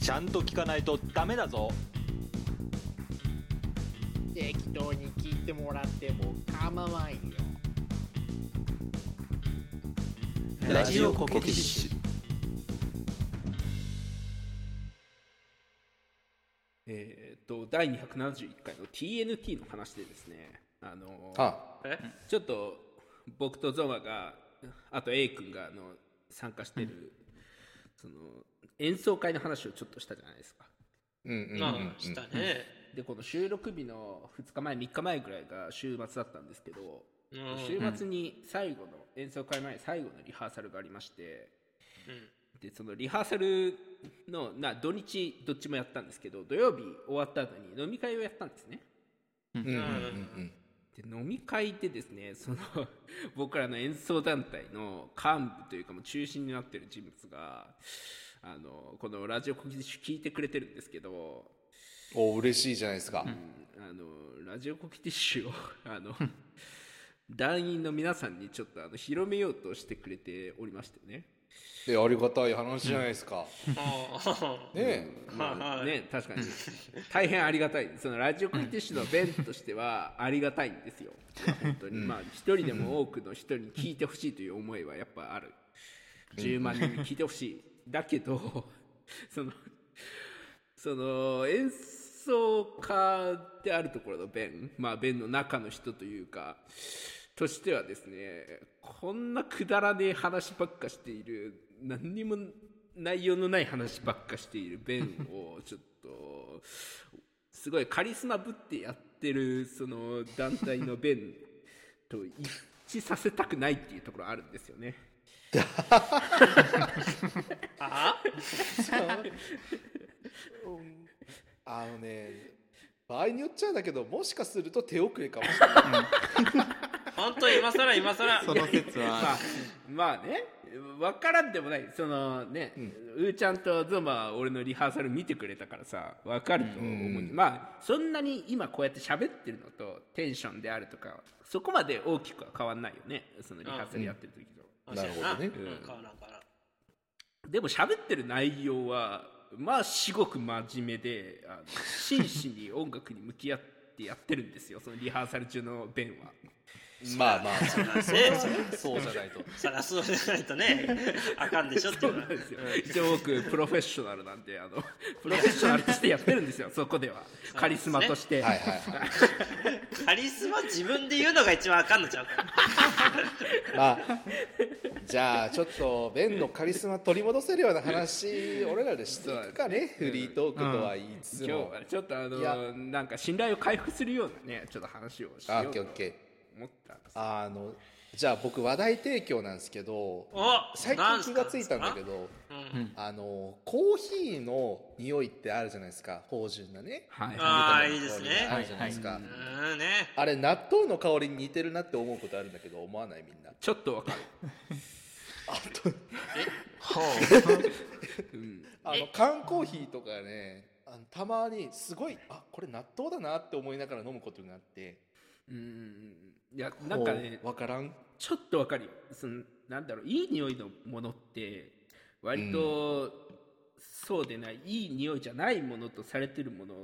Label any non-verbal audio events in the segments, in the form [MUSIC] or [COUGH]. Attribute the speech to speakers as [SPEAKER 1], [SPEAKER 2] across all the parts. [SPEAKER 1] ちゃんと聞かないとダメだぞ
[SPEAKER 2] 適当に聞いてもらっても構わんよ
[SPEAKER 1] ラジオコケティッシュ
[SPEAKER 3] えーっと第271回の TNT の話でですねあのー
[SPEAKER 4] あ
[SPEAKER 3] ちょっと僕とゾマがあと A 君があの参加してる、その演奏会の話をちょっとしたじゃないですか
[SPEAKER 4] うんうんうん、
[SPEAKER 5] ま
[SPEAKER 4] うん
[SPEAKER 5] あ、したね。
[SPEAKER 3] でこの収録日の2日前3日前ぐらいが週末だったんですけど、
[SPEAKER 5] うん。
[SPEAKER 3] 週末に最後の演奏会前に最後のリハーサルがありましてでそのリハーサルのな土日どっちもやったんですけど土曜日終わった後に飲み会をやったんですね
[SPEAKER 4] うんうんうん
[SPEAKER 3] で飲み会でですね [LAUGHS] その僕らの演奏団体の幹部というかもう中心になってる人物があのこのラジオコキティッシュ聞いてくれてるんですけど、
[SPEAKER 4] お嬉しいじゃないですか、
[SPEAKER 3] あのラジオコキティッシュを [LAUGHS] あの団員の皆さんにちょっとあの広めようとしてくれておりましてね
[SPEAKER 4] でありがたい話じゃないですか、
[SPEAKER 5] あ
[SPEAKER 4] ねえ
[SPEAKER 3] ま
[SPEAKER 5] は
[SPEAKER 3] あ
[SPEAKER 5] い
[SPEAKER 3] ね、確かに大変ありがたいそのラジオクリティッシュの弁としてはありがたいんですよ本当に、まあ一人でも多くの人に聞いてほしいという思いはやっぱある10万人に聞いてほしいだけどそのその演奏家であるところの弁まあ弁の中の人というかとしてはですねこんなくだらねえ話ばっかしている何にも内容のない話ばっかしている弁をちょっとすごいカリスマぶってやってるその団体の弁と一致させたくないっていうところあるんですよね。
[SPEAKER 4] あのね場合によっちゃだけどもしかすると手遅れかもしれない
[SPEAKER 5] 本当今更今更
[SPEAKER 6] その説
[SPEAKER 3] まあ
[SPEAKER 6] は、
[SPEAKER 3] [LAUGHS] まあね分からんでもないそのね、うーちゃんとゾマは俺のリハーサル見てくれたからさ分かると思う、まあそんなに今こうやって喋ってるのとテンションであるとかそこまで大きくは変わんないよねそのリハーサルやってる時と、
[SPEAKER 4] なるほどね
[SPEAKER 5] うん変わらん変わらん
[SPEAKER 3] でも喋ってる内容はまあすごく真面目であの真摯に音楽に向き合ってやってるんですよそのリハーサル中の弁は。
[SPEAKER 4] [LAUGHS] まあまあそ
[SPEAKER 5] まあね
[SPEAKER 4] そうじゃないと
[SPEAKER 5] そらそうじゃないとねあかんでしょってい
[SPEAKER 3] そうう
[SPEAKER 5] の
[SPEAKER 3] な
[SPEAKER 5] は
[SPEAKER 3] んですよ一応僕プロフェッショナルなんであの [LAUGHS] プロフェッショナルとしてやってるんですよ [LAUGHS] そこではカリスマとして、
[SPEAKER 4] はいはいはい
[SPEAKER 5] カリスマ自分で言うのが一番あかんのちゃうか
[SPEAKER 4] まあじゃあちょっとベンのカリスマ取り戻せるような話俺らでしていくかねフリートークとは言い
[SPEAKER 3] 今
[SPEAKER 4] つつ
[SPEAKER 3] 日
[SPEAKER 4] も
[SPEAKER 3] はちょっとあ
[SPEAKER 4] いや
[SPEAKER 3] のなんか信頼を回復するようなねちょっと話をしよ
[SPEAKER 4] あ
[SPEAKER 3] う
[SPEAKER 4] オッ
[SPEAKER 3] と
[SPEAKER 4] ケーオッケ
[SPEAKER 3] 思ったんです
[SPEAKER 4] ーあのじゃあ僕話題提供なんですけど
[SPEAKER 5] お
[SPEAKER 4] 最近気がついたんだけ
[SPEAKER 5] ど
[SPEAKER 4] ど
[SPEAKER 5] うん
[SPEAKER 4] あのコーヒーの匂いってあるじゃないですか芳醇なね
[SPEAKER 3] はい
[SPEAKER 5] あーいいですね
[SPEAKER 4] あるじゃないですか、
[SPEAKER 5] うーんね
[SPEAKER 4] あれ納豆の香りに似てるなって思うことあるんだけど思わないみんな
[SPEAKER 3] ちょっとわかる
[SPEAKER 6] ほ
[SPEAKER 3] [LAUGHS]
[SPEAKER 4] あの缶コーヒーとかねあのたまにすごいあこれ納豆だなって思いながら飲むことになって
[SPEAKER 3] うんいやなんかね
[SPEAKER 4] 分からん
[SPEAKER 3] ちょっとわかるよそのなんだろういい匂いのものって割と、そうでないいい匂いじゃないものとされてるもの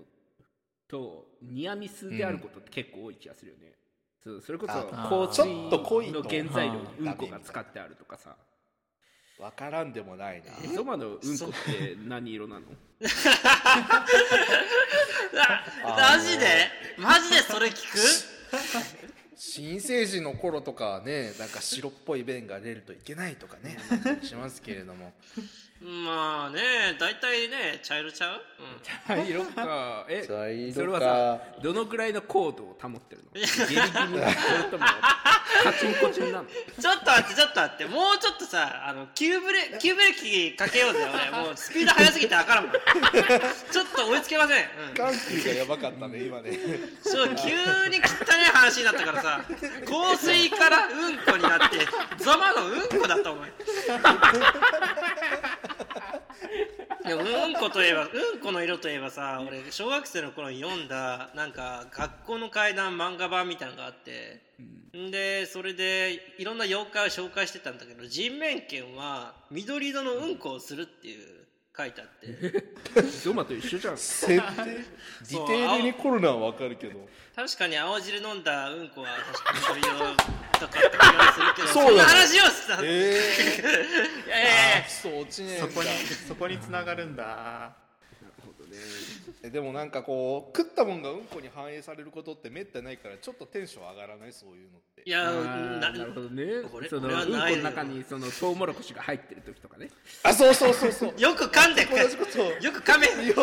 [SPEAKER 3] とニアミスであることって結構多い気がするよね、そうそれこそ
[SPEAKER 4] あ
[SPEAKER 3] 香水
[SPEAKER 4] ちょっと濃い
[SPEAKER 3] の
[SPEAKER 4] と
[SPEAKER 3] 原材料に
[SPEAKER 4] うん
[SPEAKER 3] うんこが使ってあるとかさ
[SPEAKER 4] 分からんでもないな
[SPEAKER 3] ゾマのうんこって何色なの
[SPEAKER 5] [LAUGHS] あマジでマジでそれ聞く
[SPEAKER 4] 新成人の頃とかはねなんか白っぽい便が出るといけないとかねしますけれども
[SPEAKER 5] まあね大体ね茶色ちゃううん
[SPEAKER 3] 茶色かえ
[SPEAKER 4] 茶色か
[SPEAKER 3] それはさどのくらいの高度を保ってるのギリギリなのそれともカチンコチンな
[SPEAKER 5] [LAUGHS]
[SPEAKER 3] の
[SPEAKER 5] ちょっと待ってちょっと待ってもうちょっとさあの急ブレ急ブレーキかけようぜ俺もうスピード速すぎてあからんもんちょっと追いつけません、うん
[SPEAKER 4] 緩急がやばかったね今ね
[SPEAKER 5] そう急に汚い話になったからさ香水からうんこになってざまのうんこだったお前でもうんこといえばうんこの色といえばさ俺小学生の頃に読んだなんか学校の怪談漫画版みたいなのがあって、ん、でそれでいろんな妖怪を紹介してたんだけど人面犬は緑色のうんこをするっていう書いてあって
[SPEAKER 3] ゾマと一緒じゃん
[SPEAKER 4] 設定ディテールにコロナはわかるけど
[SPEAKER 5] 確かに青汁飲んだうんこは確かに緑色とかって言わするけど
[SPEAKER 4] そう
[SPEAKER 5] そん
[SPEAKER 4] なの
[SPEAKER 5] な話をしたいやい
[SPEAKER 4] え
[SPEAKER 5] やいや
[SPEAKER 4] ー、そう落ちねえん
[SPEAKER 2] そ
[SPEAKER 4] だ
[SPEAKER 2] こにそこに繋がるんだ
[SPEAKER 4] えでもなんかこう食ったもんがうんこに反映されることってめったにないからちょっとテンション上がらないそういうのって
[SPEAKER 5] いや
[SPEAKER 3] あー
[SPEAKER 5] な
[SPEAKER 3] なるほどね
[SPEAKER 5] これ
[SPEAKER 3] その
[SPEAKER 5] これは
[SPEAKER 3] うんこ
[SPEAKER 5] ない
[SPEAKER 3] の
[SPEAKER 5] よ
[SPEAKER 3] 中にそのトウモロコシが入ってる時とかね
[SPEAKER 4] あそうそうそうそう
[SPEAKER 5] よく噛んで
[SPEAKER 4] 同じことを
[SPEAKER 5] よく噛め
[SPEAKER 4] よ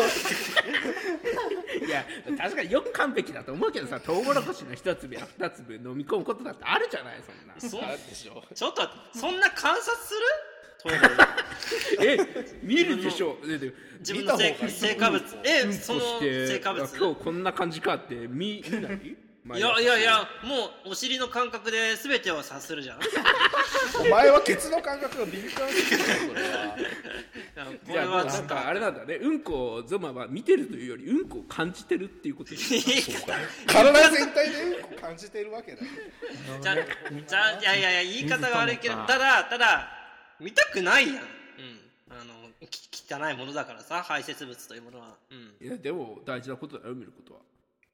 [SPEAKER 3] いや確かによく完璧だと思うけどさトウモロコシの一粒や二粒飲み込むことだってあるじゃない
[SPEAKER 5] [LAUGHS]
[SPEAKER 3] そんな
[SPEAKER 5] そ
[SPEAKER 4] あるでしょ
[SPEAKER 5] ちょっと待ってそんな観察するトイレ
[SPEAKER 3] え見るでしょでで
[SPEAKER 5] 自分の
[SPEAKER 4] 見
[SPEAKER 5] 成
[SPEAKER 4] た方がいい
[SPEAKER 5] 成果物え、
[SPEAKER 3] うんこ
[SPEAKER 5] その
[SPEAKER 3] して
[SPEAKER 5] 成果物
[SPEAKER 3] あ今日こんな感じかって見見ない
[SPEAKER 5] [LAUGHS] いやいやいやもうお尻の感覚で全てを察するじゃんい
[SPEAKER 4] お前はケツの感覚が敏感すぎるよそれは
[SPEAKER 5] やこ
[SPEAKER 3] じ
[SPEAKER 5] れ
[SPEAKER 3] ゃあ
[SPEAKER 5] は
[SPEAKER 3] な
[SPEAKER 5] ちょっ
[SPEAKER 3] ん
[SPEAKER 5] と
[SPEAKER 3] かあれなんだねうんこをゾマは見てるというよりうんこを感じてるっていうことで
[SPEAKER 5] [LAUGHS]
[SPEAKER 3] すね
[SPEAKER 4] 体全体でうんこ感じてるわけだよ
[SPEAKER 5] じゃじゃいやいやいや言い方が悪いけど
[SPEAKER 2] 水とのか
[SPEAKER 5] ただただ見たくないやん、うん、あのき汚いものだからさ排泄物というものはうん
[SPEAKER 3] いやでも大事なことだよ見ることは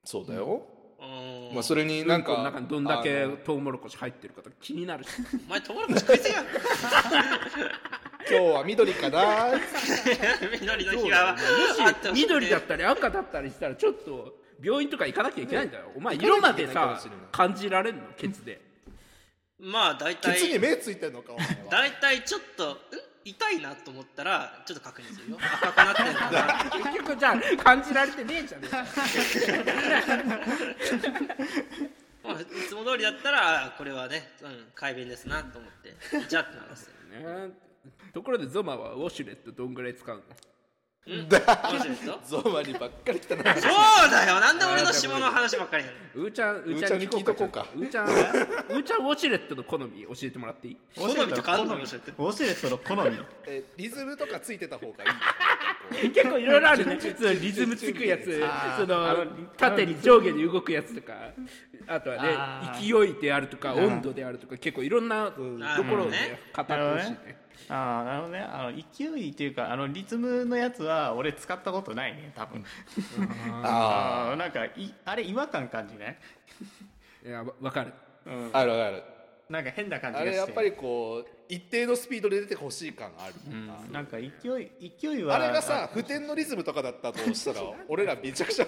[SPEAKER 4] そうだよ、
[SPEAKER 5] うーん
[SPEAKER 4] まあ、それに
[SPEAKER 3] な
[SPEAKER 4] なんん
[SPEAKER 3] か
[SPEAKER 4] か、
[SPEAKER 3] の中にどんだけ
[SPEAKER 4] あの
[SPEAKER 3] トウモロコシ入ってるかとか気になるし
[SPEAKER 5] お前トウモロコシ食いす
[SPEAKER 3] [LAUGHS]
[SPEAKER 5] ぎやん
[SPEAKER 4] 今日は緑かな
[SPEAKER 5] 緑の
[SPEAKER 3] そう
[SPEAKER 5] 日
[SPEAKER 3] だよ
[SPEAKER 5] があ
[SPEAKER 3] も
[SPEAKER 5] って
[SPEAKER 3] し
[SPEAKER 5] ほしくて
[SPEAKER 3] 緑だったり赤だったりしたらちょっと病院とか行かなきゃいけないんだよ、お前色まで
[SPEAKER 4] 行かな
[SPEAKER 3] さ
[SPEAKER 4] きゃいけないかもしれない
[SPEAKER 3] 感じられんのケツで
[SPEAKER 5] まあ大
[SPEAKER 4] ケツに
[SPEAKER 5] 体
[SPEAKER 4] 目ついてんのかお前は
[SPEAKER 5] 大体ちょっとん痛いなと思ったらちょっと確認するよ赤くなってるかな
[SPEAKER 4] [LAUGHS]
[SPEAKER 3] 結局じゃあ感じられてねえじゃねえか
[SPEAKER 5] まあ、いつも通りだったらあこれはね、うん、改便ですなと思ってじゃあってなり
[SPEAKER 4] [LAUGHS]
[SPEAKER 5] ますよ
[SPEAKER 3] ねところでゾマはウォシュレットどんぐらい使うの
[SPEAKER 5] 面白いですよ
[SPEAKER 4] ゾウマにばっかり来たな
[SPEAKER 5] そうだよなんで俺の下の話ばっかりやねん
[SPEAKER 3] うーちゃんう
[SPEAKER 4] ーちゃんに聞いとこうか
[SPEAKER 3] うーちゃんうーちゃんウォシュレットの好み教えてもらっていい
[SPEAKER 5] 好みとかあんの
[SPEAKER 2] ウォシュレットの [LAUGHS] 好み
[SPEAKER 4] えリズムとかついてた方がいい
[SPEAKER 3] 結構いろいろあるねそのリズムつくやつ
[SPEAKER 2] あー
[SPEAKER 3] そ
[SPEAKER 2] あ
[SPEAKER 3] の
[SPEAKER 2] の
[SPEAKER 3] 縦に上下に動くやつとかあとは
[SPEAKER 2] あ
[SPEAKER 3] ね勢
[SPEAKER 2] ー
[SPEAKER 3] いであるとか温度であるとか結構いろんなところをね語ってほしいね
[SPEAKER 2] ああなるほどねあの勢いっていうかあのリズムのやつは俺使ったことないね多分
[SPEAKER 4] あ
[SPEAKER 2] あーなんかいあれ違和感感じない、
[SPEAKER 3] いやわわかる
[SPEAKER 2] うん、
[SPEAKER 4] ああるある
[SPEAKER 2] なんか変な感じ
[SPEAKER 4] あ
[SPEAKER 2] がして
[SPEAKER 4] れやっぱりこう一定のスピードで出てほしい感があるもんな、
[SPEAKER 2] なんか勢い勢いは
[SPEAKER 4] あれがさ普天のリズムとかだったとした [LAUGHS] ら俺らめちゃくちゃ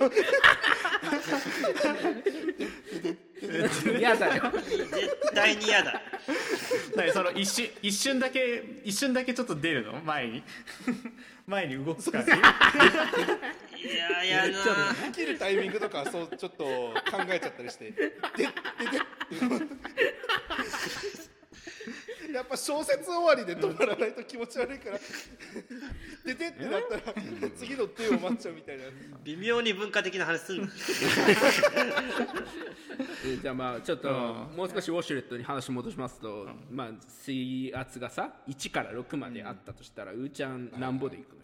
[SPEAKER 3] 嫌だよ
[SPEAKER 5] 絶対に嫌だ
[SPEAKER 2] 何その一瞬一瞬だけ一瞬だけちょっと出るの前に [LAUGHS] 前に動く感じ
[SPEAKER 5] いやいやな
[SPEAKER 3] ちょっと
[SPEAKER 4] 切るタイミングとかそうちょっと考えちゃったりしてででで [LAUGHS] やっぱ小説終わりで止まらないと気持ち悪いからででってなったら次の手を待っちゃうみたいな
[SPEAKER 5] 微妙に文化的な話すんの
[SPEAKER 3] えーじゃあまあちょっと
[SPEAKER 2] う
[SPEAKER 3] もう少しウォシュレットに話戻しますと、まあ水圧がさ1から6まであったとしたら、うーちゃんなんぼでいくのよ、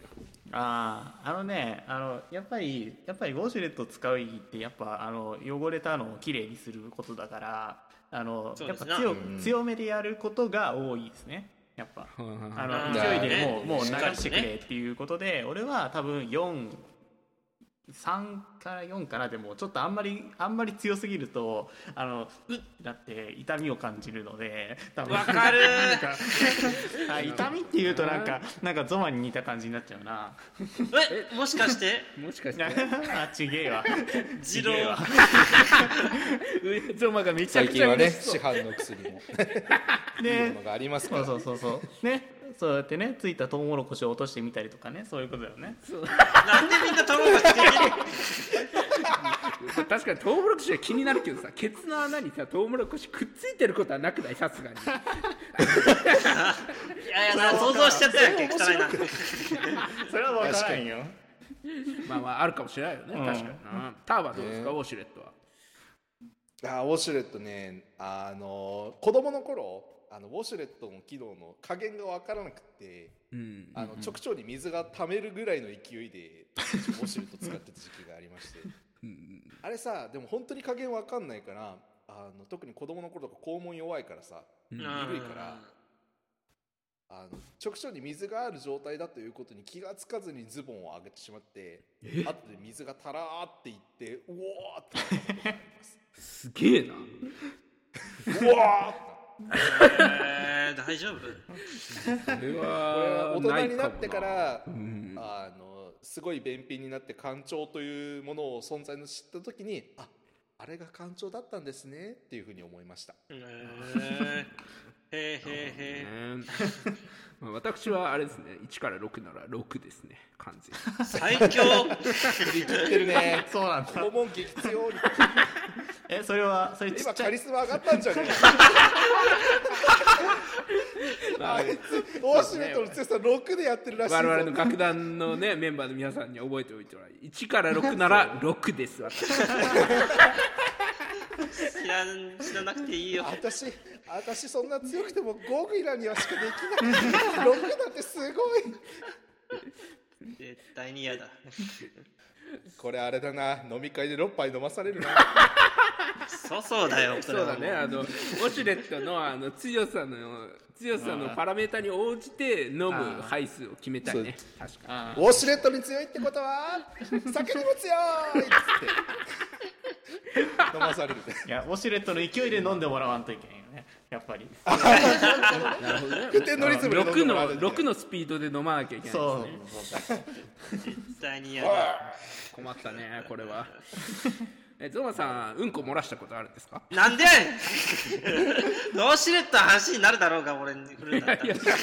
[SPEAKER 2] あああのねあのやっぱりやっぱりウォシュレットを使う意義ってやっぱあの汚れたのをきれいにすることだからあの
[SPEAKER 5] そう
[SPEAKER 2] や
[SPEAKER 5] で
[SPEAKER 2] っ
[SPEAKER 5] す
[SPEAKER 2] ぱ
[SPEAKER 5] な
[SPEAKER 2] 強,、
[SPEAKER 4] うん
[SPEAKER 2] 強めでやることが多いですねやっぱ。あ
[SPEAKER 5] う
[SPEAKER 2] の
[SPEAKER 5] ん
[SPEAKER 2] 勢いでも
[SPEAKER 5] う
[SPEAKER 2] うんもう流
[SPEAKER 5] しっかりね
[SPEAKER 2] してくれっていうことで俺は多分43から4かなでもちょっとあんまりあんまり強すぎるとあのうっだって痛みを感じるので多分
[SPEAKER 5] わかる
[SPEAKER 2] なんかあ痛みっていうとなんかなんかゾマに似た感じになっちゃうな
[SPEAKER 5] えもしかして
[SPEAKER 3] もしかして
[SPEAKER 2] [LAUGHS] あちげえ [LAUGHS] わ
[SPEAKER 5] 二郎
[SPEAKER 2] 違 [LAUGHS] えわ
[SPEAKER 3] ゾマがめちゃ
[SPEAKER 4] 最
[SPEAKER 3] くちゃ
[SPEAKER 4] 近はね
[SPEAKER 3] 嬉しそ
[SPEAKER 4] 市
[SPEAKER 3] う
[SPEAKER 4] 販の薬もいいも
[SPEAKER 2] で
[SPEAKER 4] のがありますか
[SPEAKER 2] そう
[SPEAKER 4] ら
[SPEAKER 2] そうそうそうねそうやってねついたトウモロコシを落としてみたりとかねそういうことだよね
[SPEAKER 5] なんでみんな卵がつけてる
[SPEAKER 3] 確かにトウモロコシは気になるけどさケツの穴にさトウモロコシくっついてることはなくないさすがに
[SPEAKER 5] いやいやな想像しちゃったよ汚いな
[SPEAKER 2] それは分からんよ
[SPEAKER 3] まあまああるかもしれないよね、
[SPEAKER 2] うん
[SPEAKER 3] 確かになターバどうですか、
[SPEAKER 4] ね
[SPEAKER 3] ウォシュレットは
[SPEAKER 4] [LAUGHS] あーウォシュレットねあの子供の頃あのウォシュレットの機能の加減が分からなくて
[SPEAKER 3] うん
[SPEAKER 4] あの直腸に水が溜めるぐらいの勢いでウォシュレット使ってた時期がありま [LAUGHS] してあれさでも本当に加減分かんないからあの特に子供の頃とか肛門弱いからさ
[SPEAKER 5] うん
[SPEAKER 4] 鈍いからあの直所に水がある状態だということに気がつかずにズボンを上げてしまって後で水がたらーっていってうおーってなったことがあります
[SPEAKER 3] すげえな
[SPEAKER 4] うわーって
[SPEAKER 5] えー、大丈夫
[SPEAKER 3] それ
[SPEAKER 4] これは
[SPEAKER 3] は
[SPEAKER 4] 大人になってから、
[SPEAKER 3] ん
[SPEAKER 4] あのすごい便秘になって肝腸というものを存在の知った時にああれが肝腸だったんですねっていうふうに思いました
[SPEAKER 5] えー、へーへーへー
[SPEAKER 3] ねまあ私はあれですね1から6なら6ですね完全に
[SPEAKER 5] 最強
[SPEAKER 4] 振り切ってる [LAUGHS] ね
[SPEAKER 2] [LAUGHS] そうなんだ
[SPEAKER 4] 肛門激強に
[SPEAKER 2] えそれはそれち
[SPEAKER 4] 今
[SPEAKER 2] っちゃ
[SPEAKER 4] カ
[SPEAKER 2] い
[SPEAKER 4] リスマ上がったんじゃね [LAUGHS] えあいつオーシュレットの強さ6でやってるらしいぞ
[SPEAKER 3] 我々の楽団のねメンバーの皆さんに覚えておいてもらい1から6なら6です私
[SPEAKER 5] 知らん知らなくていいよ
[SPEAKER 4] 私私そんな強くても5ぐらいにはしかできない6だって [LAUGHS] すごい
[SPEAKER 5] 絶対に嫌だ
[SPEAKER 4] これあれだな飲み会で6杯飲まされるな
[SPEAKER 5] そうそうだよそ
[SPEAKER 3] そう
[SPEAKER 5] れは
[SPEAKER 3] だねあのウォシュレットのあの強さの強さのパラメータに応じて飲む杯数を決めたいね確か
[SPEAKER 4] ウォシュレットに強いってことは酒にも強いっつって飲まされる
[SPEAKER 2] いやウォシュレットの勢いで飲んでもらわんといけんよねやっぱり
[SPEAKER 3] になるほどね
[SPEAKER 4] 空天のリズムで飲んで
[SPEAKER 3] 6
[SPEAKER 4] もらわ
[SPEAKER 3] の
[SPEAKER 4] ないといけ
[SPEAKER 3] 6
[SPEAKER 4] ない
[SPEAKER 3] のスピードで飲まなきゃいけないです
[SPEAKER 2] そう
[SPEAKER 3] ね
[SPEAKER 2] そうそう
[SPEAKER 5] 絶対に嫌だ
[SPEAKER 3] 困ったねこれはえゾマさんうんこ漏らしたことあるんですか
[SPEAKER 5] なんでやねんノーシレットの話になるだろうが俺に振るんだった
[SPEAKER 3] いや
[SPEAKER 5] ら
[SPEAKER 3] いや、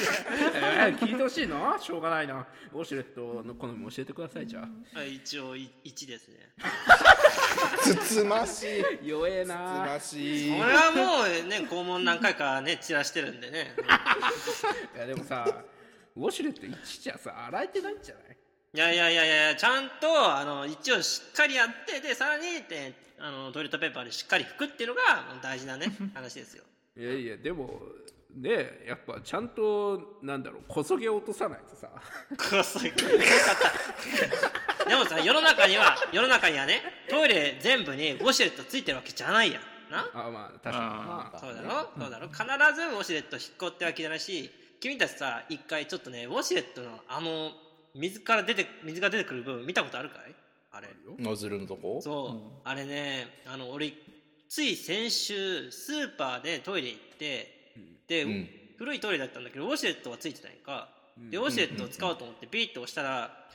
[SPEAKER 3] えー聞いてほしいのしょうがないなウォシュレットの好み教えてくださいじゃあ
[SPEAKER 5] あ一応い1ですね
[SPEAKER 4] つつましいつ
[SPEAKER 3] 弱え
[SPEAKER 4] つ
[SPEAKER 3] な
[SPEAKER 4] ましい
[SPEAKER 5] 俺はもうね [LAUGHS] 肛門何回かね散らしてるんでね
[SPEAKER 3] いやでもさウォシュレット1じゃさ洗えてないんじゃない
[SPEAKER 5] いやいやいやいやちゃんとあの一応しっかりやってでさらに、ね、あのトイレットペーパーでしっかり拭くっていうのが大事なね話ですよ
[SPEAKER 3] いやいやでもねやっぱちゃんとなんだろうこそげ落とさないとさ
[SPEAKER 5] クソよかった [LAUGHS] でもさ世の中には世の中にはねトイレ全部にウォシュレットついてるわけじゃないやんな
[SPEAKER 3] あまあ確かにな
[SPEAKER 5] そうだろそうだろ必ずウォシュレット引っこってわけじゃないし君たちさ一回ちょっとねウォシュレットのあの水から出て水が出てくる部分見たことあるかいあれ
[SPEAKER 4] ノズルのとこ
[SPEAKER 5] そう、あれねあの俺つい先週スーパーでトイレ行って、で、
[SPEAKER 4] うん
[SPEAKER 5] 古いトイレだったんだけどウォシュレットはついてないか、でウォシュレットを使おうと思ってビーッと押したら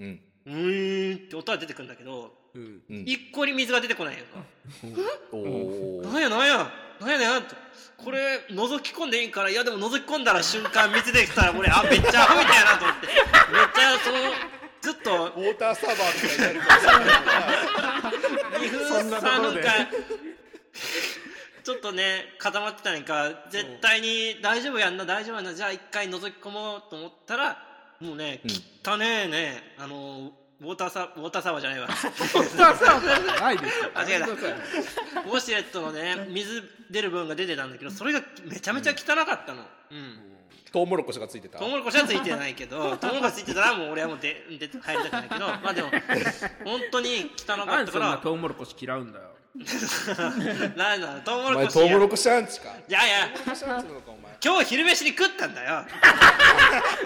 [SPEAKER 4] うん
[SPEAKER 5] うーんって音は出てくるんだけど
[SPEAKER 3] うん
[SPEAKER 4] うん
[SPEAKER 5] 一向に水が出てこないよ
[SPEAKER 4] お
[SPEAKER 5] な
[SPEAKER 4] お
[SPEAKER 5] なんやなんやなんやなんやとこれ覗き込んでいいからいやでも覗き込んだら瞬間水出てきたら俺あめっちゃアホみたいやなと思ってめっちゃそのずっと
[SPEAKER 4] ウォーターサーバーみたいになるかもしれない
[SPEAKER 5] 二分
[SPEAKER 2] そんなとこ
[SPEAKER 5] 三
[SPEAKER 2] ろ
[SPEAKER 5] 分
[SPEAKER 2] で
[SPEAKER 5] 間ちょっとね固まってたのか絶対に大丈夫やんな大丈夫やんなじゃあ一回覗き込もうと思ったらもうね
[SPEAKER 4] ん
[SPEAKER 5] 汚ねえねあのウォーターサウォーターサーバーじゃないわ
[SPEAKER 3] ないですよ
[SPEAKER 5] あ違うな
[SPEAKER 3] ごめんなさい
[SPEAKER 5] ウォシュレットのね水出る分が出てたんだけどそれがめちゃめちゃ汚かったのうん
[SPEAKER 4] トウモロコシがついてた
[SPEAKER 5] トウモロコシはついてないけ
[SPEAKER 3] [LAUGHS]
[SPEAKER 5] どトウモロコシついてたらもう俺はもう出出て入りたくないけどまあでも本当に汚か
[SPEAKER 3] な
[SPEAKER 5] っ
[SPEAKER 3] んで
[SPEAKER 5] た
[SPEAKER 3] そ
[SPEAKER 5] か
[SPEAKER 3] んな
[SPEAKER 5] ら
[SPEAKER 3] トウモロコシ嫌うんだよ
[SPEAKER 5] [LAUGHS] なんだろうトウモ
[SPEAKER 4] お
[SPEAKER 5] ロ
[SPEAKER 4] 前
[SPEAKER 5] コシ
[SPEAKER 4] トウモロ
[SPEAKER 5] い
[SPEAKER 4] コシアンチか
[SPEAKER 5] やいや
[SPEAKER 4] トウモロコシアンチなのかお前
[SPEAKER 5] 今日昼飯に食ったんだよ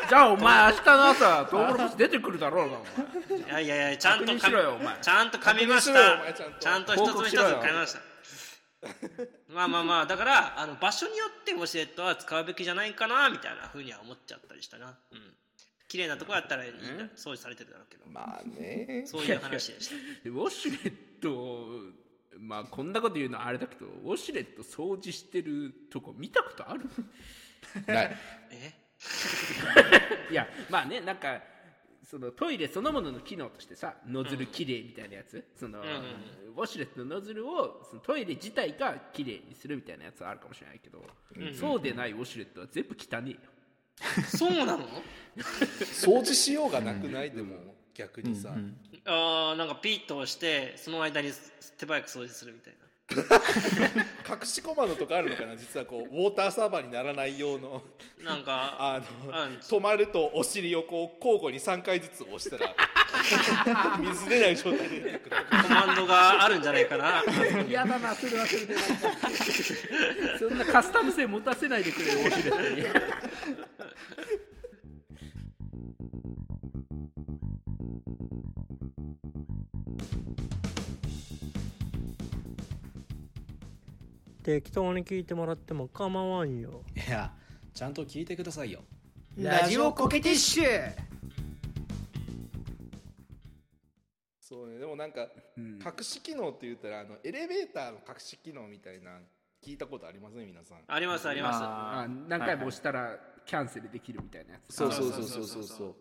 [SPEAKER 3] じゃあお前明日の朝トウモロコシ出てくるだろうがお前
[SPEAKER 5] いやいやいやちゃんと
[SPEAKER 3] 確認しろよお前
[SPEAKER 5] ちゃんと噛みまし
[SPEAKER 4] 確認しろよお
[SPEAKER 5] た
[SPEAKER 4] 前ちゃんと
[SPEAKER 5] ちゃんと一つも一つ噛みましたまあまあまあだからあの場所によってウォシュレットは使うべきじゃないかなみたいなふうには思っちゃったりしたなうん綺麗なとこやったらいいんだ掃除されてるだろうけど
[SPEAKER 4] まあね
[SPEAKER 5] そういう話でした
[SPEAKER 3] でウォシュレットまあこんなこと言うのはあれだけどウォシュレット掃除してるとこ見たことある [LAUGHS]
[SPEAKER 4] ない
[SPEAKER 5] え
[SPEAKER 3] いやまあねなんかそのトイレそのものの機能としてさノズルきれいみたいなやつ、その、ウォシュレットのノズルをそのトイレ自体がきれいにするみたいなやつはあるかもしれないけど、そうでないウォシュレットは全部汚 [LAUGHS] ねえよ
[SPEAKER 5] そうなの
[SPEAKER 4] 掃除しようがなくないでも逆にさ
[SPEAKER 5] あーなんかピーッと押してその間に手早く掃除するみたいな
[SPEAKER 4] 隠しコマンドとかあるのかな実はこうウォーターサーバーにならない用の
[SPEAKER 5] なんか
[SPEAKER 4] あ
[SPEAKER 5] あ
[SPEAKER 4] の止まるとお尻をこう交互に3回ずつ押した [LAUGHS] ら水出ない状態で出てくる
[SPEAKER 5] コマンドがあるんじゃないかな
[SPEAKER 3] 嫌だなそれはそれ [LAUGHS] でなんかそんなカスタム性持たせないでくれよウォシュレットに
[SPEAKER 6] 適当に聞いてもらっても構わんよ
[SPEAKER 7] いやちゃんと聞いてくださいよ
[SPEAKER 4] ラジオ
[SPEAKER 3] コケティッシュ、
[SPEAKER 4] そうねでもなんか
[SPEAKER 3] うん
[SPEAKER 4] 隠し機能って言ったらあのエレベーターの隠し機能みたいな聞いたことありません皆さん
[SPEAKER 5] ありますあります
[SPEAKER 3] あ
[SPEAKER 2] あー
[SPEAKER 3] 何回も押したらキャンセルできるみたいなやつ
[SPEAKER 4] そう
[SPEAKER 5] う
[SPEAKER 4] そ
[SPEAKER 5] そうう
[SPEAKER 4] そ
[SPEAKER 5] そうう
[SPEAKER 4] そ
[SPEAKER 5] そうう
[SPEAKER 4] そ
[SPEAKER 5] そうう
[SPEAKER 4] そう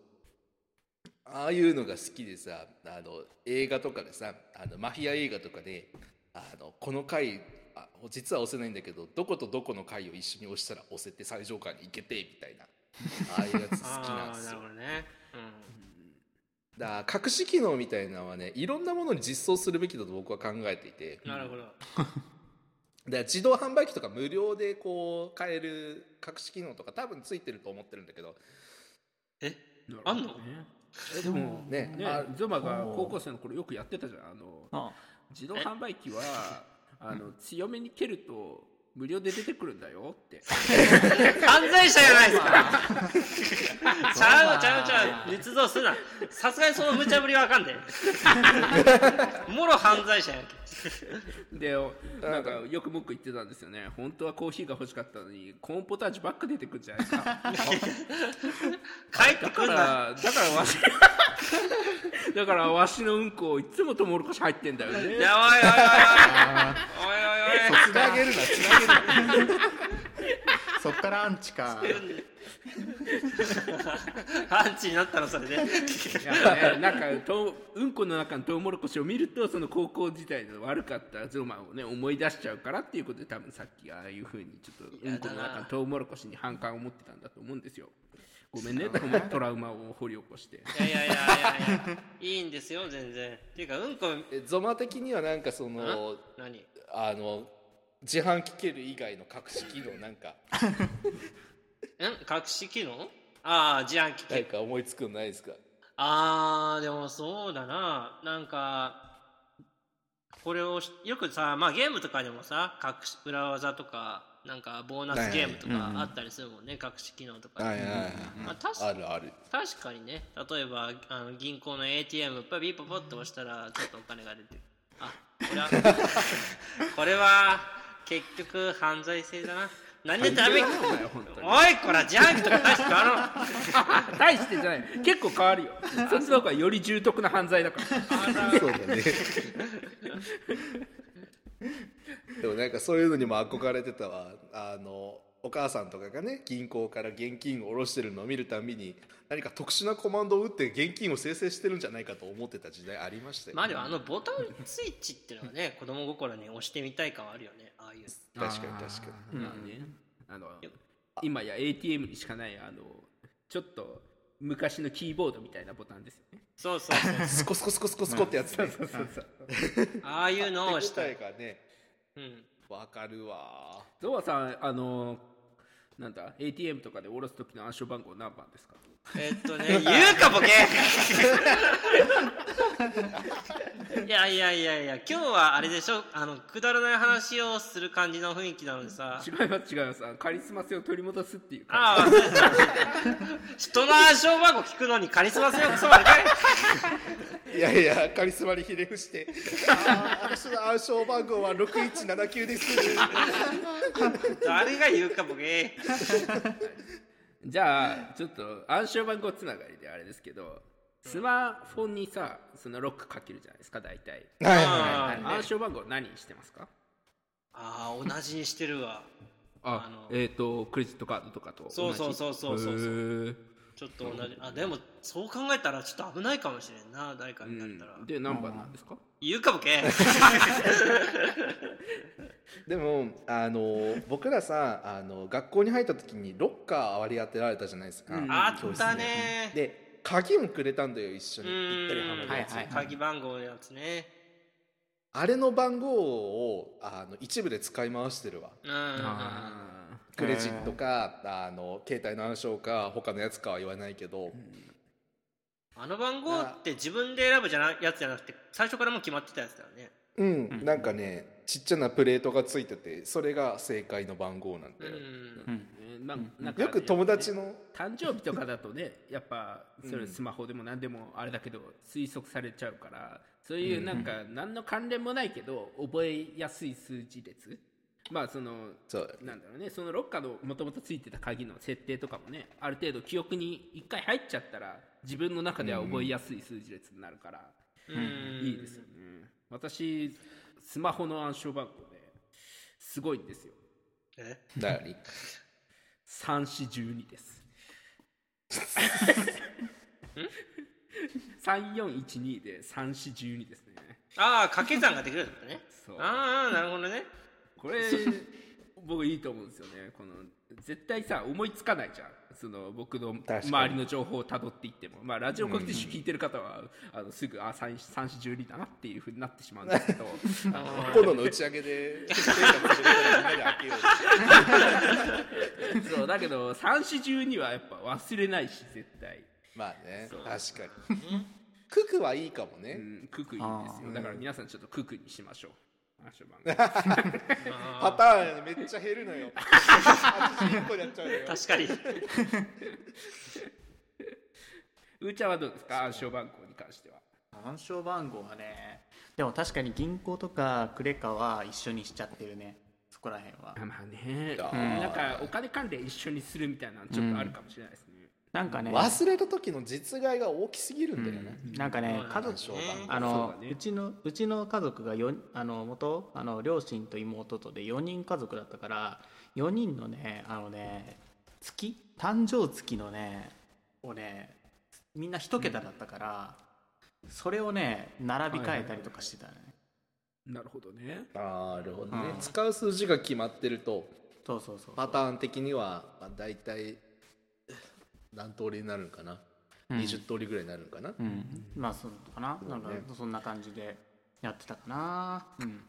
[SPEAKER 4] ああいうのが好きでさあの映画とかでさあのマフィア映画とかであのこの回あ実は押せないんだけどどことどこの回を一緒に押したら押せて最上階に行けてみたいなああいうやつ好きな
[SPEAKER 5] あ
[SPEAKER 4] んで
[SPEAKER 5] あ
[SPEAKER 4] す
[SPEAKER 5] なる
[SPEAKER 4] よ
[SPEAKER 5] ほどね
[SPEAKER 4] だから隠し機能みたいなのはねいろんなものに実装するべきだと僕は考えていて
[SPEAKER 5] うんなるほど
[SPEAKER 4] だから自動販売機とか無料でこう買える隠し機能とか多分ついてると思ってるんだけど
[SPEAKER 5] え
[SPEAKER 3] なる
[SPEAKER 5] あ
[SPEAKER 3] ほど
[SPEAKER 5] ん
[SPEAKER 3] ね
[SPEAKER 5] の
[SPEAKER 3] えでも
[SPEAKER 4] ね
[SPEAKER 3] ね
[SPEAKER 4] あ
[SPEAKER 3] ゾマが高校生の頃よくやってたじゃんあの
[SPEAKER 2] あ
[SPEAKER 3] 自動販売機はあの強めに蹴ると無料で出てくるんだよって
[SPEAKER 5] 犯罪者じゃないですかちゃうちゃうちゃう捏造するなさすがにその無茶ぶりはあかんでもろ犯罪者やんけ
[SPEAKER 3] でなんかよく文句言ってたんですよね本当はコーヒーが欲しかったのにコーンポタージュばっか出てくるじゃないですか
[SPEAKER 5] 帰って
[SPEAKER 3] だ
[SPEAKER 5] く
[SPEAKER 3] か
[SPEAKER 5] ん
[SPEAKER 3] ら
[SPEAKER 5] な
[SPEAKER 3] だからわしだからわしのうんこいつもトウモロコシ入ってんだよね
[SPEAKER 5] やばいやばいやばいおいおいおい
[SPEAKER 4] つなげるなつなげるな
[SPEAKER 2] そっからアンチか
[SPEAKER 5] アンチになったのそれで
[SPEAKER 3] やっぱねなんかとうんこの中のトウモロコシを見るとその高校時代の悪かったゾマをね思い出しちゃうからっていうことで多分さっきああいうふうにちょっとうんこの中のトウモロコシに反感を持ってたんだと思うんです [LAUGHS] よごめんねと思ってトラウマを掘り起こして
[SPEAKER 5] いやいやいやいやいやいいんですよ全然っていうかうんこ
[SPEAKER 4] え [LAUGHS] ゾマ的にはなんかその
[SPEAKER 5] 何
[SPEAKER 4] あの自販機蹴る以外の隠し機能なんか
[SPEAKER 5] ん隠し機能ああ自販機
[SPEAKER 4] 誰か思いつくのないですか
[SPEAKER 5] あーでもそうだななんかこれをしよくさまあゲームとかでもさ隠し裏技とかなんかボーナスゲームとかあったりするもんね、隠し機能とか、
[SPEAKER 4] いはいはい
[SPEAKER 5] まあ、確か
[SPEAKER 4] あるある
[SPEAKER 5] 確かにね例えばあの銀行の ATM やっぱりピーポポッと押したらちょっとお金が出てるあこれはこれは結局犯罪性だな何でダメ
[SPEAKER 3] お前本当に
[SPEAKER 5] おいこら自販機とか大して変わらん
[SPEAKER 3] 大してじゃない結構変わるよそっちの方がより重篤な犯罪だから
[SPEAKER 4] そうだねでもなんかそういうのにも憧れてたわあのお母さんとかがね銀行から現金を下ろしてるのを見るたびに何か特殊なコマンドを打って現金を生成してるんじゃないかと思ってた時代ありましたよ、ね、
[SPEAKER 5] まあでもあのボタンスイッチっていうのはね子供心に押してみたい感はあるよねああいう
[SPEAKER 4] 確かに確かに
[SPEAKER 3] にまあねあの今や ATM にしかないあのちょっと昔のキーボードみたいなボタンですよね
[SPEAKER 5] そうそうそう
[SPEAKER 4] スコスコスコスコスコってやつ
[SPEAKER 5] [LAUGHS]
[SPEAKER 4] ね
[SPEAKER 3] そうそうそう
[SPEAKER 5] ああいうのを押したい
[SPEAKER 4] 手応えがね
[SPEAKER 5] うん
[SPEAKER 4] わかるわ
[SPEAKER 3] ゾワさんあのなんだ ATM とかで下ろす時の暗証番号何番ですか
[SPEAKER 5] えっとね言うかボケいやいやいやいや今日はあれでしょあのくだらない話をする感じの雰囲気なので
[SPEAKER 3] [LAUGHS]
[SPEAKER 5] さ
[SPEAKER 3] 違います違いますあのカリスマ性を取り戻すっていうか
[SPEAKER 5] ああそうです人の暗証番号聞くのにカリスマ性をくそ悪かい
[SPEAKER 4] いやいやカリスマにひれ伏して「あー私の暗証番号は6179です」
[SPEAKER 5] 誰が言うかボケ
[SPEAKER 3] じゃあちょっと暗証番号つながりであれですけどスマホにさそのロックかけるじゃないですか大体
[SPEAKER 5] [LAUGHS] あー
[SPEAKER 3] 暗証番号何にしてますか
[SPEAKER 5] あー同じにしてるわ
[SPEAKER 3] あ
[SPEAKER 5] あの
[SPEAKER 3] えっ、とクレジットカードとかと同じ
[SPEAKER 5] そうそうそうそうそうそう
[SPEAKER 3] へ
[SPEAKER 5] ちょっと同じあでもそう考えたらちょっと危ないかもしれんな誰かになったら、
[SPEAKER 3] ーで何番なんですか
[SPEAKER 5] 言うかも
[SPEAKER 4] [LAUGHS]
[SPEAKER 5] け
[SPEAKER 4] でもあの僕らさあの学校に入った時にロッカー割り当てられたじゃないですか、
[SPEAKER 3] うん
[SPEAKER 5] あったね
[SPEAKER 4] で鍵もくれたんだよ一緒に
[SPEAKER 5] う
[SPEAKER 4] ぴ
[SPEAKER 5] ん
[SPEAKER 4] ったりはまるやつ、
[SPEAKER 2] はいはい
[SPEAKER 5] 鍵番号のやつね
[SPEAKER 4] あれの番号をあの一部で使い回してるわ
[SPEAKER 5] うんうんうん
[SPEAKER 3] あ
[SPEAKER 4] クレジットか、あの携帯の暗証か他のやつかは言わないけど、
[SPEAKER 5] あの番号って自分で選ぶじゃなやつじゃなくて最初からもう決まってたやつだよね
[SPEAKER 4] うん、なんかねちっちゃなプレートがついててそれが正解の番号なんだ
[SPEAKER 5] う
[SPEAKER 4] よ、
[SPEAKER 5] ん
[SPEAKER 3] ーななんか
[SPEAKER 4] よく友達の
[SPEAKER 3] 誕生日とかだとね [LAUGHS] やっぱそれスマホでも何でもあれだけど推測されちゃうからそういうなんか何の関連もないけど覚えやすい数字列まあその
[SPEAKER 4] そう
[SPEAKER 3] なんだろうねそのロッカーのもともとついてた鍵の設定とかもねある程度記憶に一回入っちゃったら自分の中では覚えやすい数字列になるから、
[SPEAKER 5] うん
[SPEAKER 3] いいですよね私スマホの暗証番号ですごいんですよ
[SPEAKER 5] え
[SPEAKER 4] 何
[SPEAKER 3] 3412です3412で3412ですね
[SPEAKER 5] ああ掛け算ができるってことね
[SPEAKER 3] そう
[SPEAKER 5] ああなるほどね
[SPEAKER 3] これ僕いいと思うんですよねこの絶対さ思いつかないじゃんその僕の
[SPEAKER 4] かに
[SPEAKER 3] 周りの情報をたどっていっても、まあ、ラジオコクティッシュ聞いてる方は、あのすぐあ3四1 2だなっていうふうになってしまうんですけどあの
[SPEAKER 4] 今度の打ち上げでテーマのところからみんなで開けよう
[SPEAKER 3] そうだけど3四1 2はやっぱ忘れないし絶対。
[SPEAKER 4] まあね
[SPEAKER 3] そう
[SPEAKER 4] 確かにククはいいかもね、
[SPEAKER 3] うん、ククいいですよだから皆さんちょっとククにしましょう暗証番号
[SPEAKER 4] パターンめっちゃ減るの [LAUGHS] よ81個になっちゃうのよ
[SPEAKER 5] 確かに
[SPEAKER 3] うーちゃんはどうですか暗証番号に関しては
[SPEAKER 2] 暗証番号はねでも確かに銀行とかクレカは一緒にしちゃってるねそこら辺は
[SPEAKER 3] まあね
[SPEAKER 4] あー
[SPEAKER 3] なんかお金関連一緒にするみたいなのちょっとあるかもしれないですね、
[SPEAKER 2] なんかね
[SPEAKER 4] 忘れた時の実害が大きすぎるんだよね、
[SPEAKER 2] なんかね家族
[SPEAKER 4] しょうがない
[SPEAKER 2] あの
[SPEAKER 3] そううだね
[SPEAKER 2] ちのうちの家族がよあの元あの両親と妹とで4人家族だったから4人のねあのね月誕生月のねをねみんな一桁だったから、それをね並び替えたりとかしてたね、
[SPEAKER 3] なるほどね
[SPEAKER 4] なるほどね、
[SPEAKER 2] うん
[SPEAKER 4] 使う数字が決まってると
[SPEAKER 2] そうそうそう
[SPEAKER 4] パターン的には、まあ、大体何通りになるのかな、20通りぐらいになるのかな、
[SPEAKER 2] うんまあそうかななんかそんな感じでやってたかなうん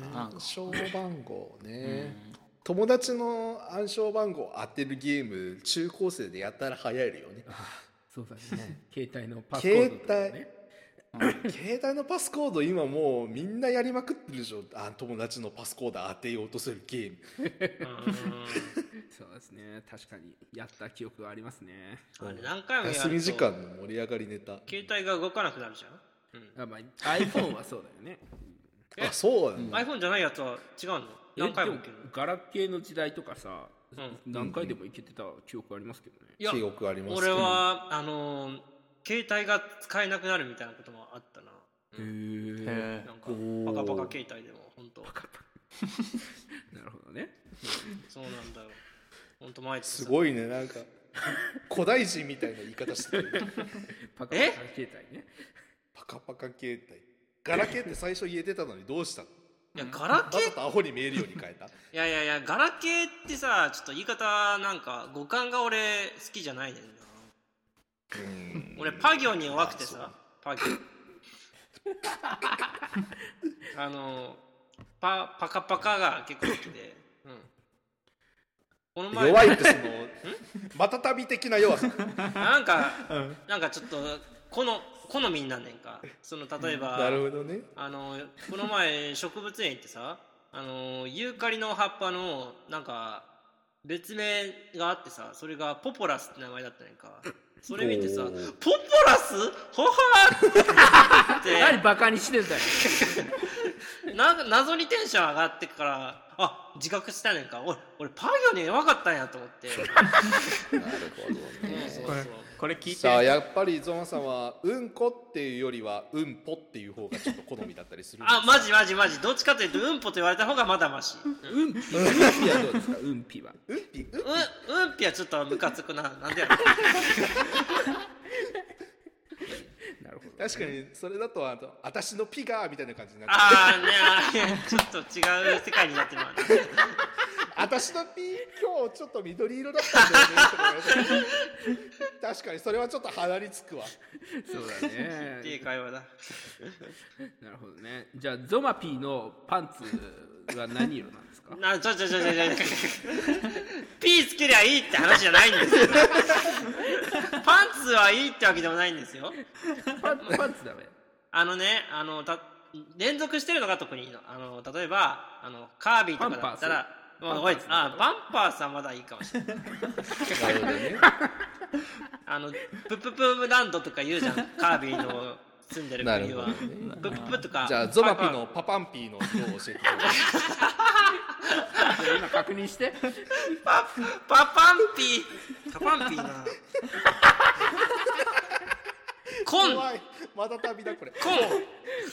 [SPEAKER 2] なんか
[SPEAKER 4] 暗証番号ね、友達の暗証番号を当てるゲーム中高生でやったら流行るよね
[SPEAKER 3] そうだね携帯のパスコードとかね
[SPEAKER 4] 携帯のパスコード今もうみんなやりまくってるでしょあ友達のパスコード当てようとするゲーム
[SPEAKER 3] そうですね確かにやった記憶はありますね
[SPEAKER 5] あれ何回もやると
[SPEAKER 4] 休み時間の盛り上がりネタ
[SPEAKER 5] 携帯が動かなくなるじゃん
[SPEAKER 3] あ、まあ、iPhone はそうだよね
[SPEAKER 4] あそうなんだ、
[SPEAKER 5] iPhone じゃないやつは違うの何回も
[SPEAKER 3] え
[SPEAKER 5] 受
[SPEAKER 3] で
[SPEAKER 5] ける
[SPEAKER 3] ガラケーの時代とかさ、
[SPEAKER 5] う
[SPEAKER 3] 何回でもいけてた記憶ありますけどね、
[SPEAKER 5] いや
[SPEAKER 4] 記憶あります
[SPEAKER 5] 俺はあのー携帯が使えなくなるみたいなこともあったな
[SPEAKER 2] へえ
[SPEAKER 5] なんかバカバカ携帯でも本当
[SPEAKER 3] なるほどね
[SPEAKER 5] そうなんだよ本当毎日
[SPEAKER 4] す
[SPEAKER 5] い
[SPEAKER 4] ごいねなんか古代人みたいな言い方してる
[SPEAKER 3] パカパカ携帯ね
[SPEAKER 4] パカパカ携帯ガラケーって最初言えてたのにどうしたの
[SPEAKER 5] いやガラケ
[SPEAKER 4] わ
[SPEAKER 5] ー
[SPEAKER 4] ざとアホに見えるように変えた
[SPEAKER 5] いやいやいやガラケーってさちょっと言い方なんか五感が俺好きじゃないねんな俺パ行に弱くてさ
[SPEAKER 4] [LAUGHS]
[SPEAKER 5] パ行あのパパカパカが結構好きで、うん、この前
[SPEAKER 4] 弱いってその [LAUGHS] またたび的な弱さ
[SPEAKER 5] なんか、なんかちょっとこの好みになんねんかその例えば
[SPEAKER 4] なるほどね
[SPEAKER 5] あのこの前植物園行ってさあのユーカリの葉っぱのなんか別名があってさそれがポポラスって名前だったねんかそれ見てさ「ポ
[SPEAKER 4] お
[SPEAKER 5] ポ
[SPEAKER 4] ー
[SPEAKER 5] ラスほはー!」っ
[SPEAKER 3] 何バカにしてんだよ
[SPEAKER 5] てな謎にテンション上がってからあ自覚したねんか俺俺パ行に弱かったんやと思ってそう
[SPEAKER 4] なるほどね
[SPEAKER 5] そう
[SPEAKER 2] こ
[SPEAKER 5] そ
[SPEAKER 2] れ
[SPEAKER 5] う
[SPEAKER 2] これ聞いて
[SPEAKER 4] さあやっぱりゾマさんはうんこっていうよりはうんぽっていう方がちょっと好みだったりするんです
[SPEAKER 5] あマジマジマジどっちかというとうんぽと言われた方がまだマシ
[SPEAKER 3] うんぴうんぴはどうですかうんぴは
[SPEAKER 4] うんぴうん
[SPEAKER 5] うん、うんぴはちょっとムカつ
[SPEAKER 3] [LAUGHS]
[SPEAKER 5] くな。なんでや
[SPEAKER 3] なるほど
[SPEAKER 4] 確かにそれだとあの私のピがみたいな感じになっちゃう
[SPEAKER 5] ああ、ねあーちょっと違う世界になってまう。
[SPEAKER 4] 私のピ今日ちょっと緑色だったんだよねとか言われて確かにそれはちょっと鼻につくわ
[SPEAKER 3] そうだね
[SPEAKER 5] いい会話だ。
[SPEAKER 3] なるほどねじゃあゾマピーのパンツは何色なんです
[SPEAKER 4] [LAUGHS]
[SPEAKER 3] か
[SPEAKER 5] な、ちょちょちょちょちょ。ピーつけりゃいいって話じゃないんですよ。パンツはいいってわけでもないんですよ。
[SPEAKER 3] パンパンツダメ
[SPEAKER 5] あのね、あの、た、連続してるのが特にいいの。あの、例えば、あの、カービィとかだったら、
[SPEAKER 3] パンパース
[SPEAKER 5] まあおい
[SPEAKER 3] パンパース
[SPEAKER 5] あ、バンパーさんまだいいかもしれない。
[SPEAKER 4] なるほど [LAUGHS] ね
[SPEAKER 5] あの、プププランドとか言うじゃん。カービィの住んでる
[SPEAKER 4] なる
[SPEAKER 5] 国
[SPEAKER 4] ほ
[SPEAKER 5] は
[SPEAKER 4] ど。
[SPEAKER 5] プププとか。
[SPEAKER 4] じゃあゾマピのパパンピーの色を教えてください
[SPEAKER 3] 今確認して
[SPEAKER 5] パパパンピーパパンピーなコン
[SPEAKER 4] 怖いまた旅だこれ
[SPEAKER 5] コ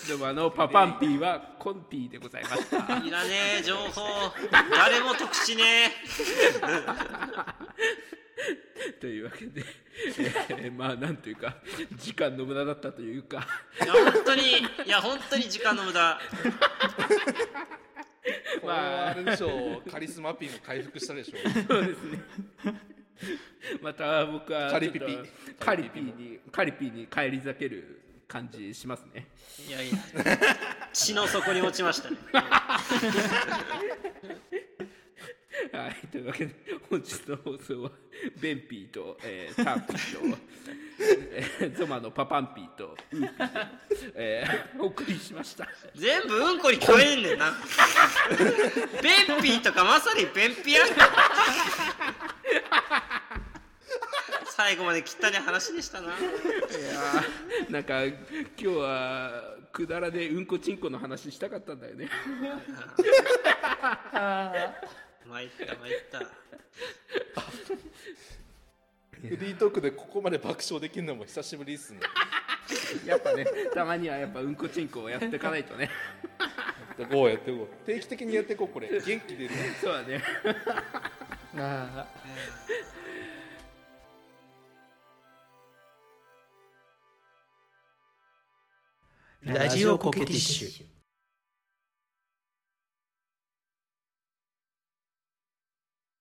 [SPEAKER 3] でもあのパパンピーはコンピーでございま
[SPEAKER 4] [LAUGHS]
[SPEAKER 3] した
[SPEAKER 5] ンいらねえ情報誰も得しね
[SPEAKER 3] というわけで、えーまあなんというか時間の無駄だったというか
[SPEAKER 5] えいや本当にいや本当に時間の無駄
[SPEAKER 4] これはあれでしょうカリスマピンも回復したでしょう
[SPEAKER 3] そうです
[SPEAKER 4] [LAUGHS]
[SPEAKER 3] ね。また僕は
[SPEAKER 4] カリピピ
[SPEAKER 3] ちょっとカリピにカリピに帰り咲ける感じしますね。
[SPEAKER 5] いやいや血の底に落ちましたね
[SPEAKER 3] はいというわけで本日の放送はベンピーと、えー、タンピーと、えーゾマのパパンピーとウーピーで、えーお送りしました。
[SPEAKER 5] 全部うんこに聞こえんねんな便秘とかまさに便秘やん最後まで汚い話でしたない
[SPEAKER 3] やーなんか今日はくだらでうんこちんこの話したかったんだよね。
[SPEAKER 5] 参った参った
[SPEAKER 4] フリートークでここまで爆笑できるのも久しぶりですね
[SPEAKER 3] やっぱねたまにはやっぱうんこちんこをやっていかないとね。
[SPEAKER 4] やってこうやってこう定期的にやってこうこれ元気出るな
[SPEAKER 3] そうだね。
[SPEAKER 2] あー
[SPEAKER 1] ラジオコケティッシュ